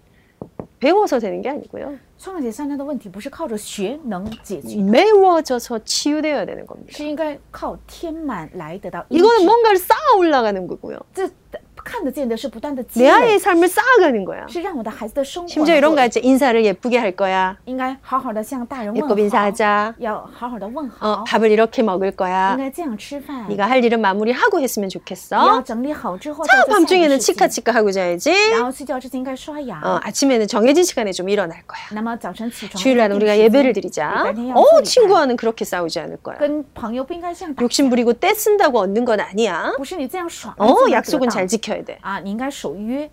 Speaker 1: 배워서 되는 게 아니고요.
Speaker 2: 创解三难的问题不是靠着学能解
Speaker 1: 嗯
Speaker 2: 决，
Speaker 1: 매워져서 치유되어야 되는 겁니다.
Speaker 2: 是应该靠天满来得到医治。
Speaker 1: 이거는 뭔가를 쌓아 올라가는 거고요.
Speaker 2: 这看得见的是不断的积
Speaker 1: 내
Speaker 2: 累
Speaker 1: 아이의 ， 삶을 쌓아가는 거야.
Speaker 2: 是让我的孩子的生活
Speaker 1: 심지어 이런 거
Speaker 2: 能够
Speaker 1: 알지? 인사를 예쁘게 할 거야.
Speaker 2: 应该好好的向大人问
Speaker 1: 예쁘게
Speaker 2: 好，
Speaker 1: 인사하자.
Speaker 2: 要好好的问
Speaker 1: 어, 네.
Speaker 2: 好，
Speaker 1: 밥을 이렇게 먹을
Speaker 2: 应
Speaker 1: 거야.
Speaker 2: 该这样吃饭。
Speaker 1: 네가 할 일은 마무리하고 했으면
Speaker 2: 你要
Speaker 1: 좋겠어.
Speaker 2: 整理好之后再
Speaker 1: 자
Speaker 2: 做下一
Speaker 1: 밤중에는
Speaker 2: 个事情。
Speaker 1: 치카치카 하고 자야지.
Speaker 2: 然后睡觉之前应该刷牙。
Speaker 1: 어, 아침에는 정해진 시간에 좀 일어날 거야.
Speaker 2: 那么早晨起床，
Speaker 1: 주일날
Speaker 2: 定
Speaker 1: 우리가
Speaker 2: 时
Speaker 1: 예배를
Speaker 2: 礼
Speaker 1: 드리자.
Speaker 2: 拜天要做礼
Speaker 1: 어,
Speaker 2: 拜
Speaker 1: 친구와는 그렇게 싸우지 않을 거야.
Speaker 2: 跟朋友不应该这样打，
Speaker 1: 욕심 부리고 떼쓴다고 얻는 건 아니야.
Speaker 2: 不是你哦这样耍。
Speaker 1: 어,
Speaker 2: 你怎么得
Speaker 1: 약속은
Speaker 2: 到
Speaker 1: 잘 지켜야 돼.
Speaker 2: 啊，你应该守约，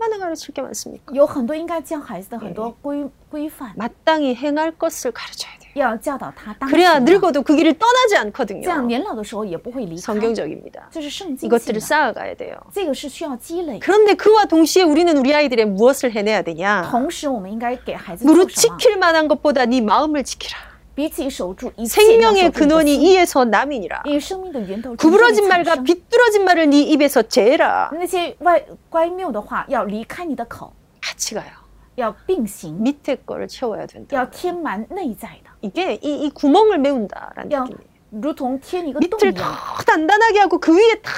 Speaker 1: 얼마나 가르칠 게 많습니까?
Speaker 2: 有很多应该教孩子的很多规规范，
Speaker 1: 마땅히 행할 것을 가르쳐야 돼.
Speaker 2: 要教导他当
Speaker 1: 그래야
Speaker 2: 行的
Speaker 1: 늙어도 그 길을 떠나지
Speaker 2: 这样
Speaker 1: 않거든요.
Speaker 2: 年老的时候也不会离开。
Speaker 1: 성경적입니다.
Speaker 2: 这是圣经性
Speaker 1: 이것들을
Speaker 2: 的，
Speaker 1: 쌓아가야 돼요.
Speaker 2: 这个是需要积累。
Speaker 1: 그런데 그와 동시에 우리는 우리 아이들의 무엇을 해내야 되냐?
Speaker 2: 同时，我们应该给孩子做
Speaker 1: 무릇
Speaker 2: 什么？
Speaker 1: 지킬 만한 것보다 네 마음을 지키라.
Speaker 2: 比起守住一切，要守住
Speaker 1: 생명의
Speaker 2: 你的
Speaker 1: 근원이
Speaker 2: 心
Speaker 1: 이에서 그러니까. 남이니라.
Speaker 2: 因为生命的源头从这里
Speaker 1: 구부러진
Speaker 2: 产
Speaker 1: 말과
Speaker 2: 生。
Speaker 1: 비뚤어진 말을 네 입에서 제라.
Speaker 2: 那些外乖谬的话要离开你的口，
Speaker 1: 같이 가요.
Speaker 2: 要并行，
Speaker 1: 밑에 거를 채워야 된다.
Speaker 2: 要填满内在的，
Speaker 1: 이게 이, 이 구멍을 메운다라는
Speaker 2: 要
Speaker 1: 느낌이에요.
Speaker 2: 如同填一个洞
Speaker 1: 밑을
Speaker 2: 一样，
Speaker 1: 탁 단단하게 하고 그 위에 탁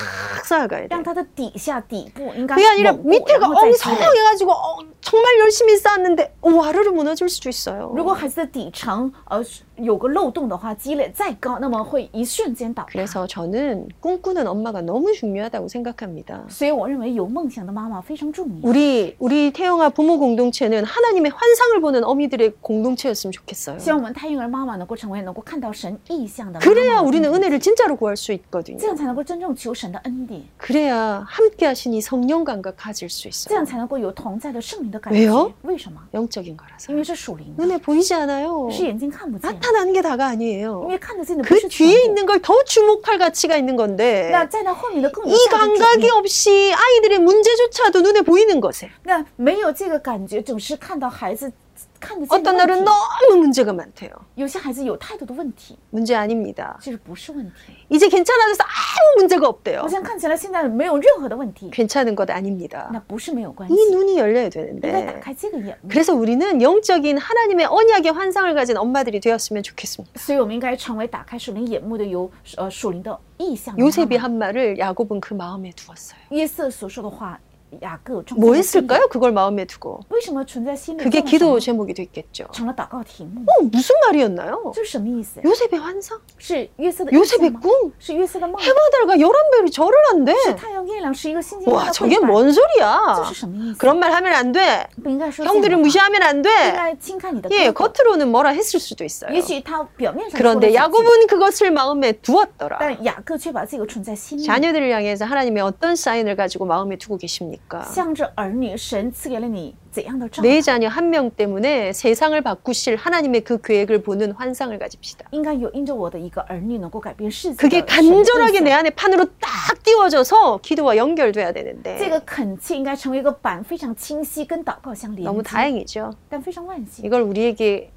Speaker 1: 쌓아가야 돼.
Speaker 2: 让它的底下底部应该
Speaker 1: 그게 아니라
Speaker 2: 稳固，
Speaker 1: 밑에가
Speaker 2: 然后再积累
Speaker 1: 엉성해가지고 어, 정말 열심히 쌓았는데 어, 와르르 무너질 수도 있어요.
Speaker 2: 如果孩子的底层呃有个漏洞的话，积累再高，那么会一瞬间倒塌。
Speaker 1: 그래서 저는 꿈꾸는 엄마가 너무 중요하다고 생각합니다.
Speaker 2: 所以我认为有梦想的妈妈非常重要。
Speaker 1: 우리 우리 태영아 부모 공동체는 하나님의 환상을 보는 어미들의 공동체였으면 좋겠어요.
Speaker 2: 希望我们胎孕儿妈妈能够成为能够看到神意象的妈妈
Speaker 1: 그래야
Speaker 2: 的精
Speaker 1: 우리는
Speaker 2: 神
Speaker 1: 은혜를 진짜로 구할 수 있거든요.
Speaker 2: 这样才能够真正求神的恩典，
Speaker 1: 그래야 함께 하신 이 성령 감각 가질 수
Speaker 2: 这
Speaker 1: 있어요.
Speaker 2: 样才能够有同在的圣灵的感
Speaker 1: 왜요
Speaker 2: 觉。为什么？
Speaker 1: 영적인
Speaker 2: 因
Speaker 1: 거라서.
Speaker 2: 为是属灵的，
Speaker 1: 은혜 보이지 않아요.
Speaker 2: 是眼睛看不见的，
Speaker 1: 나타나는 게 다가
Speaker 2: 因
Speaker 1: 아니에요.
Speaker 2: 为看得见的不
Speaker 1: 그
Speaker 2: 是
Speaker 1: 뒤에
Speaker 2: 全部。
Speaker 1: 있는 걸 더 주목할 가치가 있는 건데
Speaker 2: 那在那后面的更有
Speaker 1: 이
Speaker 2: 价值主义
Speaker 1: 감각이 없이 아이들의 문제조차도 눈에 보이는 것에
Speaker 2: 那没有这个感觉，总是看到孩子看得见的
Speaker 1: 어떤
Speaker 2: 问
Speaker 1: 날은
Speaker 2: 题。
Speaker 1: 너무 문제가 많대요.
Speaker 2: 有些孩子有态度的问题，
Speaker 1: 문제 아닙니다.
Speaker 2: 这是不是问题？
Speaker 1: 이제 괜찮아져서 아무 문제가
Speaker 2: 好
Speaker 1: 없대요.
Speaker 2: 像看起来现在没有任何的问题，
Speaker 1: 괜찮은 것 아닙니다.
Speaker 2: 那不是没有关系
Speaker 1: 이 ， 눈이 열려야
Speaker 2: 应该打
Speaker 1: 되는데
Speaker 2: 开这个眼目。
Speaker 1: 그래서 우리는 영적인 하나님의 언약의 환상을 가진 엄마들이 되었으면 좋겠습니다.
Speaker 2: 所以我们应该成为打开属灵眼目的有呃属灵的意象的妈妈。
Speaker 1: 요셉이 한 말을 야곱은 그 마음에 두었어요.
Speaker 2: 约瑟所说的话，雅各种
Speaker 1: 뭐 했을까요? 그걸 마음에 두고
Speaker 2: 为什么存在心里？
Speaker 1: 그게 기도 제목이 됐겠죠.
Speaker 2: 成了祷告题目，
Speaker 1: 어, 무슨 말이었나요?
Speaker 2: 这是什么意思？
Speaker 1: 요셉의 환상?
Speaker 2: 是约瑟的意象
Speaker 1: 요셉의
Speaker 2: 吗？
Speaker 1: 꿈
Speaker 2: 是约瑟的梦，
Speaker 1: 해와 달과 열한 별이 절을 한대.
Speaker 2: 是太阳、月亮，是一个星星。
Speaker 1: 와
Speaker 2: 它
Speaker 1: 저게
Speaker 2: 会摆
Speaker 1: 뭔
Speaker 2: 这
Speaker 1: 소리야?
Speaker 2: 是什么意思？
Speaker 1: 그런 말 하면 안 돼.
Speaker 2: 不应该说这样的
Speaker 1: 형들을
Speaker 2: 话
Speaker 1: 무시하면 안
Speaker 2: 应
Speaker 1: 돼.
Speaker 2: 该轻看你的
Speaker 1: 예
Speaker 2: 哥哥
Speaker 1: 겉으로는 뭐라 했을 수도 있어요.
Speaker 2: 也许他表面上说了
Speaker 1: 그런데
Speaker 2: 几句
Speaker 1: 야곱은 그것을 마음에 두었더라.
Speaker 2: 但雅各却把这个存在心里，
Speaker 1: 자녀들을 향해서 하나님의 어떤 사인을 가지고 마음에 두고 계십니까?
Speaker 2: 向着儿女，神赐给了你怎样的照
Speaker 1: 내
Speaker 2: 顾？
Speaker 1: 자녀 한 명 때문에 세상을 바꾸실 하나님의 그 계획을 보는 환상을 가집시다.
Speaker 2: 应该有因着我的一个儿女能够改变世界的
Speaker 1: 그게
Speaker 2: 神的
Speaker 1: 간절하게
Speaker 2: 意
Speaker 1: 내
Speaker 2: 向。
Speaker 1: 안에 판으로 딱 띄워져서 기도와 연결돼야
Speaker 2: 这
Speaker 1: 되는데
Speaker 2: 个恳切应该成为一个板，非常清晰，跟祷告相连
Speaker 1: 너무
Speaker 2: 接，
Speaker 1: 다행이죠.
Speaker 2: 但非常万幸，
Speaker 1: 이걸 우리에게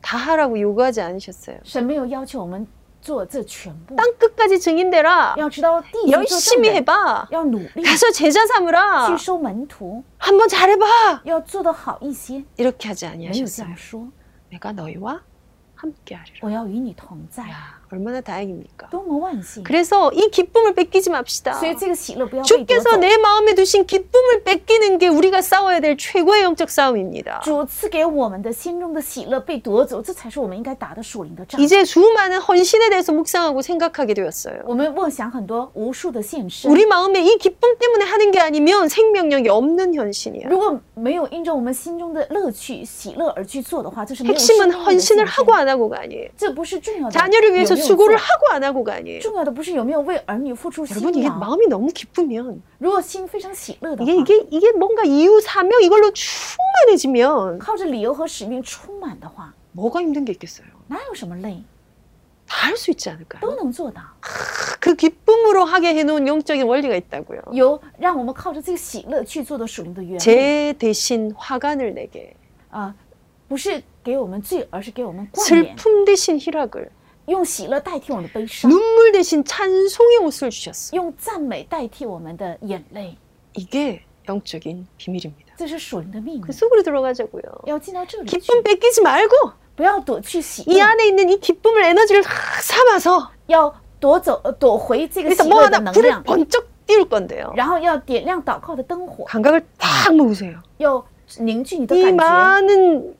Speaker 1: 다 하라고 요구하지 않으셨어요.
Speaker 2: 神没有要求我们做这全部，
Speaker 1: 땅 끝까지 증인되라.
Speaker 2: 要知道地基做正
Speaker 1: 열심히
Speaker 2: 本，
Speaker 1: 해봐.
Speaker 2: 要努力
Speaker 1: 가서 제자 삼으라.
Speaker 2: 去收门徒，
Speaker 1: 한번 잘해봐.
Speaker 2: 要做得好一些。
Speaker 1: 이렇게 하지
Speaker 2: 没有这
Speaker 1: 아니하셨어요.
Speaker 2: 样说，
Speaker 1: 내가 너희와 함께하리라.
Speaker 2: 我要与你同在，
Speaker 1: 야, 얼마나 다행입니까?
Speaker 2: 多么万幸！啊
Speaker 1: 그래서 이 기쁨을 뺏기지 맙시다.
Speaker 2: 所以这个喜乐不要被夺走
Speaker 1: 주께서 。내 마음에 두신 기쁨을 뺏기는 게 우리가 싸워야 될 최고의 영적 싸움입니다.
Speaker 2: 主赐给我们的心中的喜乐被夺走，这才是我们应该打的属灵的仗。
Speaker 1: 이제 수많은 헌신에 대해서 묵상하고 생각하게 되었어요.
Speaker 2: 我们默想很多无数的现实，
Speaker 1: 우리 마음에 이 기쁨 때문에 하는 게 아니면 생명력이 없는 현신이에요.
Speaker 2: 如果没有因着我们心中的乐趣、喜乐而去做的话，这是没有
Speaker 1: 핵심은
Speaker 2: 生命的
Speaker 1: 헌신을
Speaker 2: 见证
Speaker 1: 하고 안 하고가 아니에요.
Speaker 2: 这不是重要的。
Speaker 1: 자녀를 위해서
Speaker 2: 有没有做
Speaker 1: 수고를 하고 안 하고가 아니에요.
Speaker 2: 重要的不是有没有为儿女付出心
Speaker 1: 여러분 이게
Speaker 2: 劳。
Speaker 1: 마음이 너무 기쁘면
Speaker 2: 如果心非常喜乐的话
Speaker 1: 이게 ， 이게 이게 뭔가 이유 사명 이걸로 충만해지면
Speaker 2: 靠着理由和使命充满的话，
Speaker 1: 뭐가 힘든 게 있겠어요?
Speaker 2: 哪有什么累，
Speaker 1: 다 할 수 있지 않을까요?
Speaker 2: 都能做到。
Speaker 1: 그 기쁨으로 하게 해놓은 영적인 원리가 있다고요.
Speaker 2: 有让我们靠着这个喜乐去做的属灵的
Speaker 1: 예.
Speaker 2: 原理
Speaker 1: 제 대신 화관을 내게
Speaker 2: 啊，不是给我们罪，而是给我们冠冕。
Speaker 1: 슬픔 대신 희락을
Speaker 2: 用喜乐代替我们的悲伤，
Speaker 1: 눈물 대신 찬송의 옷을 주셨어. 요
Speaker 2: 用赞美代替我们的眼泪。
Speaker 1: 이게 영적인 비밀입니다.
Speaker 2: 这是属灵的秘密
Speaker 1: 그 ， 속으로 들어가자고요.
Speaker 2: 要进到这里去，
Speaker 1: 기쁨 뺏기지 말고
Speaker 2: 不要躲去喜
Speaker 1: 이
Speaker 2: 乐，
Speaker 1: 안에 있는 이 기쁨을 에너지를 다 삼아서
Speaker 2: 要夺走呃躲回这个
Speaker 1: 그래서
Speaker 2: 喜
Speaker 1: 뭐
Speaker 2: 乐的
Speaker 1: 하나
Speaker 2: 能
Speaker 1: 불을
Speaker 2: 量，
Speaker 1: 번쩍 띄울 건데요.
Speaker 2: 然后要点亮祷告的灯火，
Speaker 1: 감각을 팍 모으세요.
Speaker 2: 要凝聚你的
Speaker 1: 이
Speaker 2: 感觉，
Speaker 1: 많은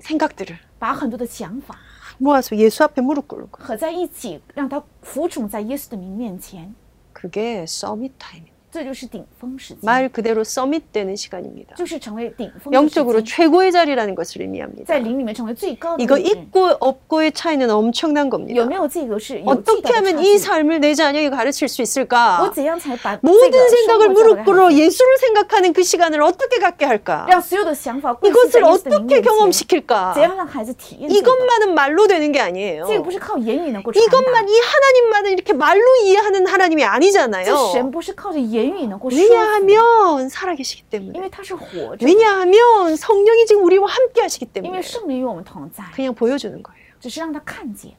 Speaker 1: 생각들을
Speaker 2: 把很多的想法
Speaker 1: 모아서 예수 앞에 무릎 꿇고
Speaker 2: 合在一起，让它服从在耶稣的名面前，
Speaker 1: 그게 서밋 타임입니다.
Speaker 2: 这就是顶峰时期，
Speaker 1: 말 그대로 서밋 되는 시간입니다.
Speaker 2: 就是成为顶峰的时
Speaker 1: 영적으로
Speaker 2: 期，
Speaker 1: 최고의 자리라는 것을 의미합니다.
Speaker 2: 在灵里面成为最高的
Speaker 1: 이거
Speaker 2: 位置。
Speaker 1: 있고 없고의 차이는 엄청난
Speaker 2: 有
Speaker 1: 겁니다.
Speaker 2: 没有这个是有巨大
Speaker 1: 어떻게
Speaker 2: 的差
Speaker 1: 하면 이
Speaker 2: 距？
Speaker 1: 삶을 내 자녀에게 가르칠 수
Speaker 2: 我
Speaker 1: 있을까?
Speaker 2: 怎样才把这个
Speaker 1: 모든 생각을
Speaker 2: 生活教
Speaker 1: 무릎
Speaker 2: 给孩子
Speaker 1: 꿇어 예수를 생각하는 그 시간을 어떻게 갖게 할까?
Speaker 2: 让所有的想法跪
Speaker 1: 이것을
Speaker 2: 在耶稣的名
Speaker 1: 어떻게
Speaker 2: 面前，
Speaker 1: 경험시킬까?
Speaker 2: 怎样让孩子体验这个？
Speaker 1: 이것만은 말로 되는 게 아니에요.
Speaker 2: 这个不是靠言语能够传达
Speaker 1: 이것만
Speaker 2: 的，
Speaker 1: 이 하나님만은 이렇게 말로 이해하는 하나님이
Speaker 2: 这神
Speaker 1: 아니잖아요.
Speaker 2: 不是靠着言语能够
Speaker 1: 啊
Speaker 2: 说服，
Speaker 1: 왜냐하면 살아계시기
Speaker 2: 因
Speaker 1: 때문에.
Speaker 2: 为他是活着，
Speaker 1: 왜냐하면 성령이 지금 우리와 함께 하시기
Speaker 2: 因
Speaker 1: 때문에.
Speaker 2: 为圣灵与我们同在，
Speaker 1: 그냥 보여주는 거예요.
Speaker 2: 只是让他看见，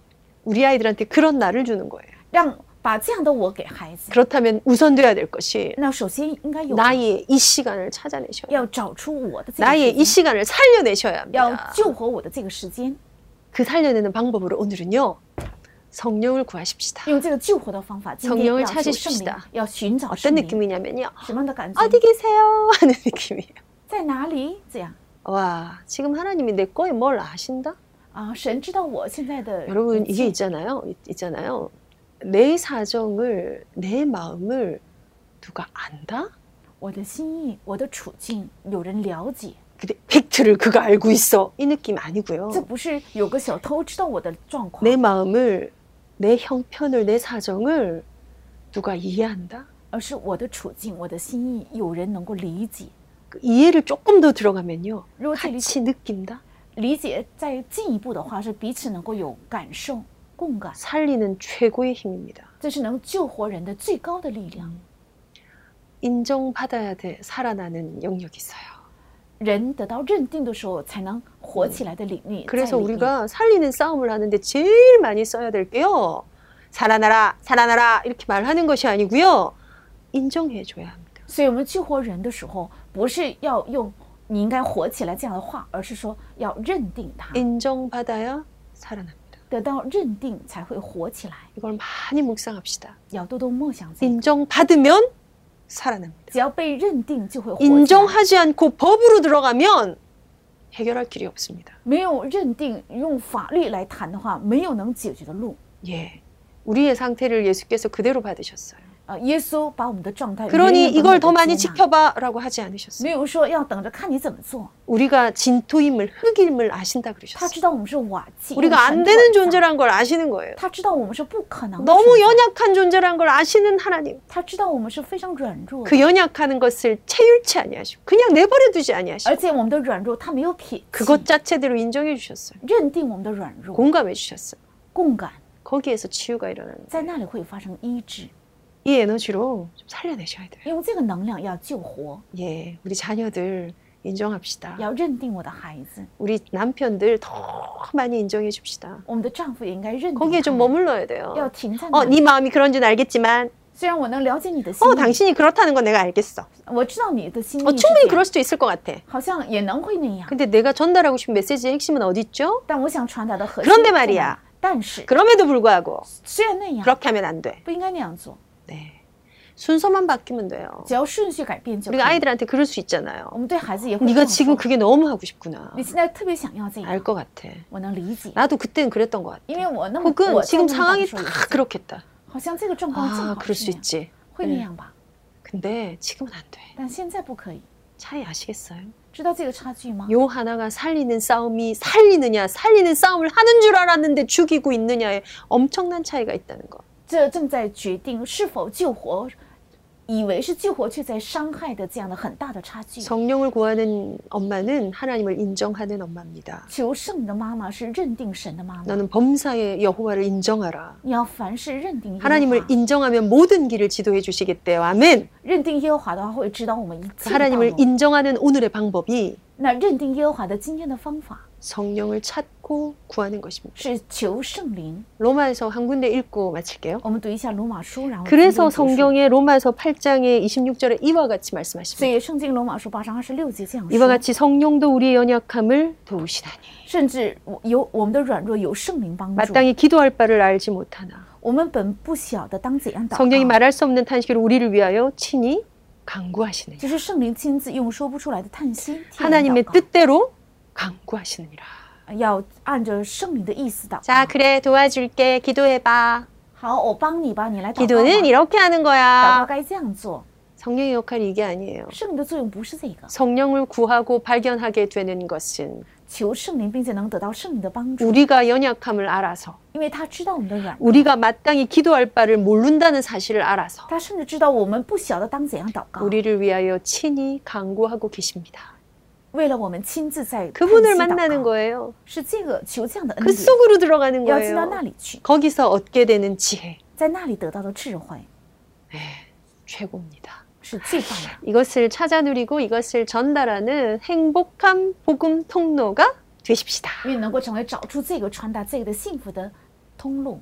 Speaker 1: 우리 아이들한테 그런 나를 주는 거예요.
Speaker 2: 让把这样的我给孩子。
Speaker 1: 그렇다면 우선돼야 될 것이
Speaker 2: 那首先应该有
Speaker 1: 나의 이 시간을 찾아내셔야 합니다.
Speaker 2: 要找出我的这个
Speaker 1: 나의 이
Speaker 2: 时间，
Speaker 1: 시간을 살려내셔야
Speaker 2: 要
Speaker 1: 합니다.
Speaker 2: 救活我的这个时间，
Speaker 1: 그 살려내는 방법으로 오늘은요. 성령을 구하십시다.
Speaker 2: 用这个救活的方法，今
Speaker 1: 성령
Speaker 2: 天
Speaker 1: 을
Speaker 2: 要求
Speaker 1: 찾으십시다
Speaker 2: 圣灵，要寻找圣
Speaker 1: 어떤
Speaker 2: 灵，
Speaker 1: 느낌이냐면요.
Speaker 2: 什么样的感觉？啊
Speaker 1: 어디 계세요? 하는 느낌이에요.
Speaker 2: 在哪里？这样
Speaker 1: 와, 지금 하나님이 내 거에 뭘 아신다?
Speaker 2: 啊，神知道我现在的人
Speaker 1: 여러분 이게
Speaker 2: 性
Speaker 1: 있잖아요. 있- 있잖아요. 내 사정을 내 마음을 누가 안다?
Speaker 2: 我的心意，我的处境，有人了解，
Speaker 1: 근데 팩트를 그가 알고 있어. 이 느낌 아니고요.
Speaker 2: 这不是有个小偷知道我的状况
Speaker 1: 내 ， 마음을 내 형편을 내 사정을 누가 이해한다?
Speaker 2: 而是我的处境，我的心意，有人能够理解。
Speaker 1: 그 이해를 조금 더 들어가면요.
Speaker 2: 그리고
Speaker 1: 같이 느낀다.
Speaker 2: 理解再进一步的话，是彼此能够有感受、共感，
Speaker 1: 살리는 최고의 힘입니다.
Speaker 2: 这是能救活人的最高的力量。
Speaker 1: 인정받아야 돼 살아나는 영역이 있어요.
Speaker 2: 人得到认定的时候，才能活起来的领域。
Speaker 1: 그래서
Speaker 2: 在领域
Speaker 1: 우리가 살리는 싸움을 하는데 제일 많이 써야 될 게요. 살아나라, 살아나라 이렇게 말하는 것이 아니고요. 인정해 줘야 합니다.
Speaker 2: 所以我们救活人的时候，不是要用“你应该活起来”这样的话，而是说要认定他，
Speaker 1: 嗯 인정받아야 살아납니다.
Speaker 2: 得到认定才会活起来。
Speaker 1: 이걸 많이 묵상합시다.
Speaker 2: 要多多梦想自
Speaker 1: 嗯
Speaker 2: 己，
Speaker 1: 인정받으면 살아납니다.
Speaker 2: 只要被认定就会活起来。
Speaker 1: 인정하지 않고 법으로 들어가면 해결할 길이 없습니다.
Speaker 2: 没有认定，用法律来谈的话，没有能解决的路。
Speaker 1: 예. 우리의 상태를 예수께서 그대로 받으셨어요.
Speaker 2: 啊，耶稣把我们的状态，
Speaker 1: 그러니
Speaker 2: 没有
Speaker 1: 이걸 더
Speaker 2: 人能够
Speaker 1: 많이
Speaker 2: 接纳
Speaker 1: 지켜봐라고 하지 않으셨어요.
Speaker 2: 没有说要等着看你怎么做。
Speaker 1: 우리가 진토임을 흙임을 아신다
Speaker 2: 他
Speaker 1: 그러셨어요.
Speaker 2: 知道我们是瓦器，
Speaker 1: 우리가
Speaker 2: 用
Speaker 1: 안
Speaker 2: 神的
Speaker 1: 되는
Speaker 2: 管教
Speaker 1: 존재란 걸 아시는 거예요.
Speaker 2: 他知道我们是不可能的存
Speaker 1: 너무
Speaker 2: 在
Speaker 1: 연약한 존재란 걸 아시는 하나님.
Speaker 2: 他知道我们是非常软弱的，
Speaker 1: 그 연약하는 것을 체율치 아니하시고 그냥 내버려 두지
Speaker 2: 而
Speaker 1: 아니하시고
Speaker 2: 且我们的软弱他没有撇弃
Speaker 1: 그것 ， 자체대로 인정해 주셨어요.
Speaker 2: 认定我们的软弱，
Speaker 1: 공감해 주셨어요.
Speaker 2: 共感
Speaker 1: 거기에서 치유가 일어나는 거예요.
Speaker 2: 在那里会发生医治，
Speaker 1: 이 에너지로 좀 살려내셔야 돼요.
Speaker 2: 用这个能量要救活，
Speaker 1: 예, 우리 자녀들 인정합시다.
Speaker 2: 要认定我的孩子，
Speaker 1: 우리 남편들 더 많이 인정해 줍시다.
Speaker 2: 我们的丈夫也应该认定
Speaker 1: 거기에
Speaker 2: 他
Speaker 1: 좀
Speaker 2: 们，
Speaker 1: 머물러야
Speaker 2: 要
Speaker 1: 돼요.
Speaker 2: 停在那
Speaker 1: 어,
Speaker 2: 里。
Speaker 1: 네 마음이 그런지는 알겠지만,
Speaker 2: 虽然我能了解你的心
Speaker 1: 어,
Speaker 2: 意，
Speaker 1: 당신이 그렇다는 건 내가 알겠어.
Speaker 2: 我知道你的心意是
Speaker 1: 어, 충분히
Speaker 2: 这
Speaker 1: 그럴
Speaker 2: 样，
Speaker 1: 수도 있을 것 같아.
Speaker 2: 好像也能会那样，
Speaker 1: 근데 내가 전달하고 싶은 메시지의 핵심은 어디 있죠?
Speaker 2: 但我想传达的核
Speaker 1: 그런데
Speaker 2: 말
Speaker 1: 말이야
Speaker 2: 但是
Speaker 1: 그럼에도 불구하고
Speaker 2: 虽然那样，
Speaker 1: 그렇게 하면 안 돼.
Speaker 2: 不应该那样做，
Speaker 1: 네. 순서만 바뀌면 돼요.
Speaker 2: 只要顺序改变就可
Speaker 1: 우리가
Speaker 2: 以。
Speaker 1: 아이들한테 그럴 수 있잖아요.
Speaker 2: 我们对孩子也会这
Speaker 1: 네가
Speaker 2: 样说
Speaker 1: 지금 그게 너무 하고 싶구나.
Speaker 2: 你现在特别想要这
Speaker 1: 알
Speaker 2: 个，
Speaker 1: 것 같아.
Speaker 2: 我能理解，
Speaker 1: 나도 그때는 그랬던 것 같아.
Speaker 2: 因为我那么我
Speaker 1: 혹은
Speaker 2: 在那
Speaker 1: 지금
Speaker 2: 么大的
Speaker 1: 상황이
Speaker 2: 时候
Speaker 1: 딱
Speaker 2: 也是
Speaker 1: 그렇겠다.
Speaker 2: 好像这个状况正
Speaker 1: 아
Speaker 2: 好
Speaker 1: 그럴
Speaker 2: 是
Speaker 1: 수
Speaker 2: 那样
Speaker 1: 있지. 네.
Speaker 2: 会那样吧？
Speaker 1: 근데 지금은 안 돼.
Speaker 2: 但现在不可以，
Speaker 1: 차이 아시겠어요?
Speaker 2: 知道这个差距吗？
Speaker 1: 요 하나가 살리는 싸움이 살리느냐, 살리는 싸움을 하는 줄 알았는데 죽이고 있느냐에 엄청난 차이가 있다는 거.
Speaker 2: 这正在决定是否救活，以为是救活却在伤害的这样的很大的差
Speaker 1: 예.
Speaker 2: 距。
Speaker 1: 성령을 구하는 엄마는 하나님을 인정하는 엄마입니다.
Speaker 2: 求圣的妈妈是认定神的妈妈，
Speaker 1: 너는 범사의 여호와를 인정하라.
Speaker 2: 你要凡事认定耶和
Speaker 1: 하나님을
Speaker 2: 华，
Speaker 1: 인정하면 모든 길을 지도해 주시겠대요. 아멘.
Speaker 2: 认定耶和华的话会指导我们一切的道
Speaker 1: 하나님을
Speaker 2: 路。
Speaker 1: 인정하는 오늘의 방법이
Speaker 2: 那认定耶和华的今天的方法，
Speaker 1: 성령을 찾고 구하는 것입니다.
Speaker 2: 是求圣灵。
Speaker 1: 로마에서 한 군데 읽고 마칠게요.
Speaker 2: 我们读一下罗马书，然后今天
Speaker 1: 아, 그래서
Speaker 2: 结束
Speaker 1: 성경의 로마서 8장의 26절에 이와 같이
Speaker 2: 所
Speaker 1: 말씀하십니다.
Speaker 2: 以圣经罗马书八章二十六节这样
Speaker 1: 이와
Speaker 2: 说，
Speaker 1: 같이 성령도 우리의 연약함을 도우시다니
Speaker 2: 甚至我有我们的软弱有圣灵帮助，
Speaker 1: 마땅히 기도할 바를 알지 못하나
Speaker 2: 我们本不晓得当怎样祷
Speaker 1: 성령이
Speaker 2: 告。
Speaker 1: 말할 수 없는 탄식으로 우리를 위하여 친히 강구하시느니
Speaker 2: 就是圣灵亲自用说不出来的叹息替我们
Speaker 1: 하나님의
Speaker 2: 祷
Speaker 1: 뜻대로 강구하시느니라.
Speaker 2: 告，要按着圣灵的意思祷
Speaker 1: 자
Speaker 2: 告。
Speaker 1: 그래 도와줄게 기도해봐.
Speaker 2: 好，我帮你吧，你来祷告
Speaker 1: 기도는
Speaker 2: 吧。
Speaker 1: 이렇게 하는
Speaker 2: 祷告
Speaker 1: 거야.
Speaker 2: 该这样做，
Speaker 1: 성령의 역할이 이게 아니에요.
Speaker 2: 圣灵的作用不是这个，
Speaker 1: 성령을 구하고 발견하게 되는 것은
Speaker 2: 求圣灵，并且能得到圣灵的帮助，
Speaker 1: 우리가 연약함을 알아서
Speaker 2: 因为他知道我们的软弱，
Speaker 1: 우리가 마땅히 기도할 바를 모른다는 사실을 알아서
Speaker 2: 他甚至知道我们不晓得当怎样祷告，
Speaker 1: 우리를 위하여 친히 강구하고 계십니다.
Speaker 2: 为了我们亲自在叹
Speaker 1: 그분을
Speaker 2: 息祷告
Speaker 1: 만나는 거예요.
Speaker 2: 是这个求这样的恩
Speaker 1: 그
Speaker 2: 典，
Speaker 1: 속으로 들어가는
Speaker 2: 要进到那
Speaker 1: 거예요.
Speaker 2: 里去，
Speaker 1: 거기서 얻게 되는 지혜
Speaker 2: 在那里得到的智慧
Speaker 1: 최고입니다.
Speaker 2: 是最棒的。
Speaker 1: 이것을 찾아 누리고 이것을 전달하는 행복한 복음 통로가 되십시다.
Speaker 2: 愿能够成为找出这个、传达这个的幸福的通路。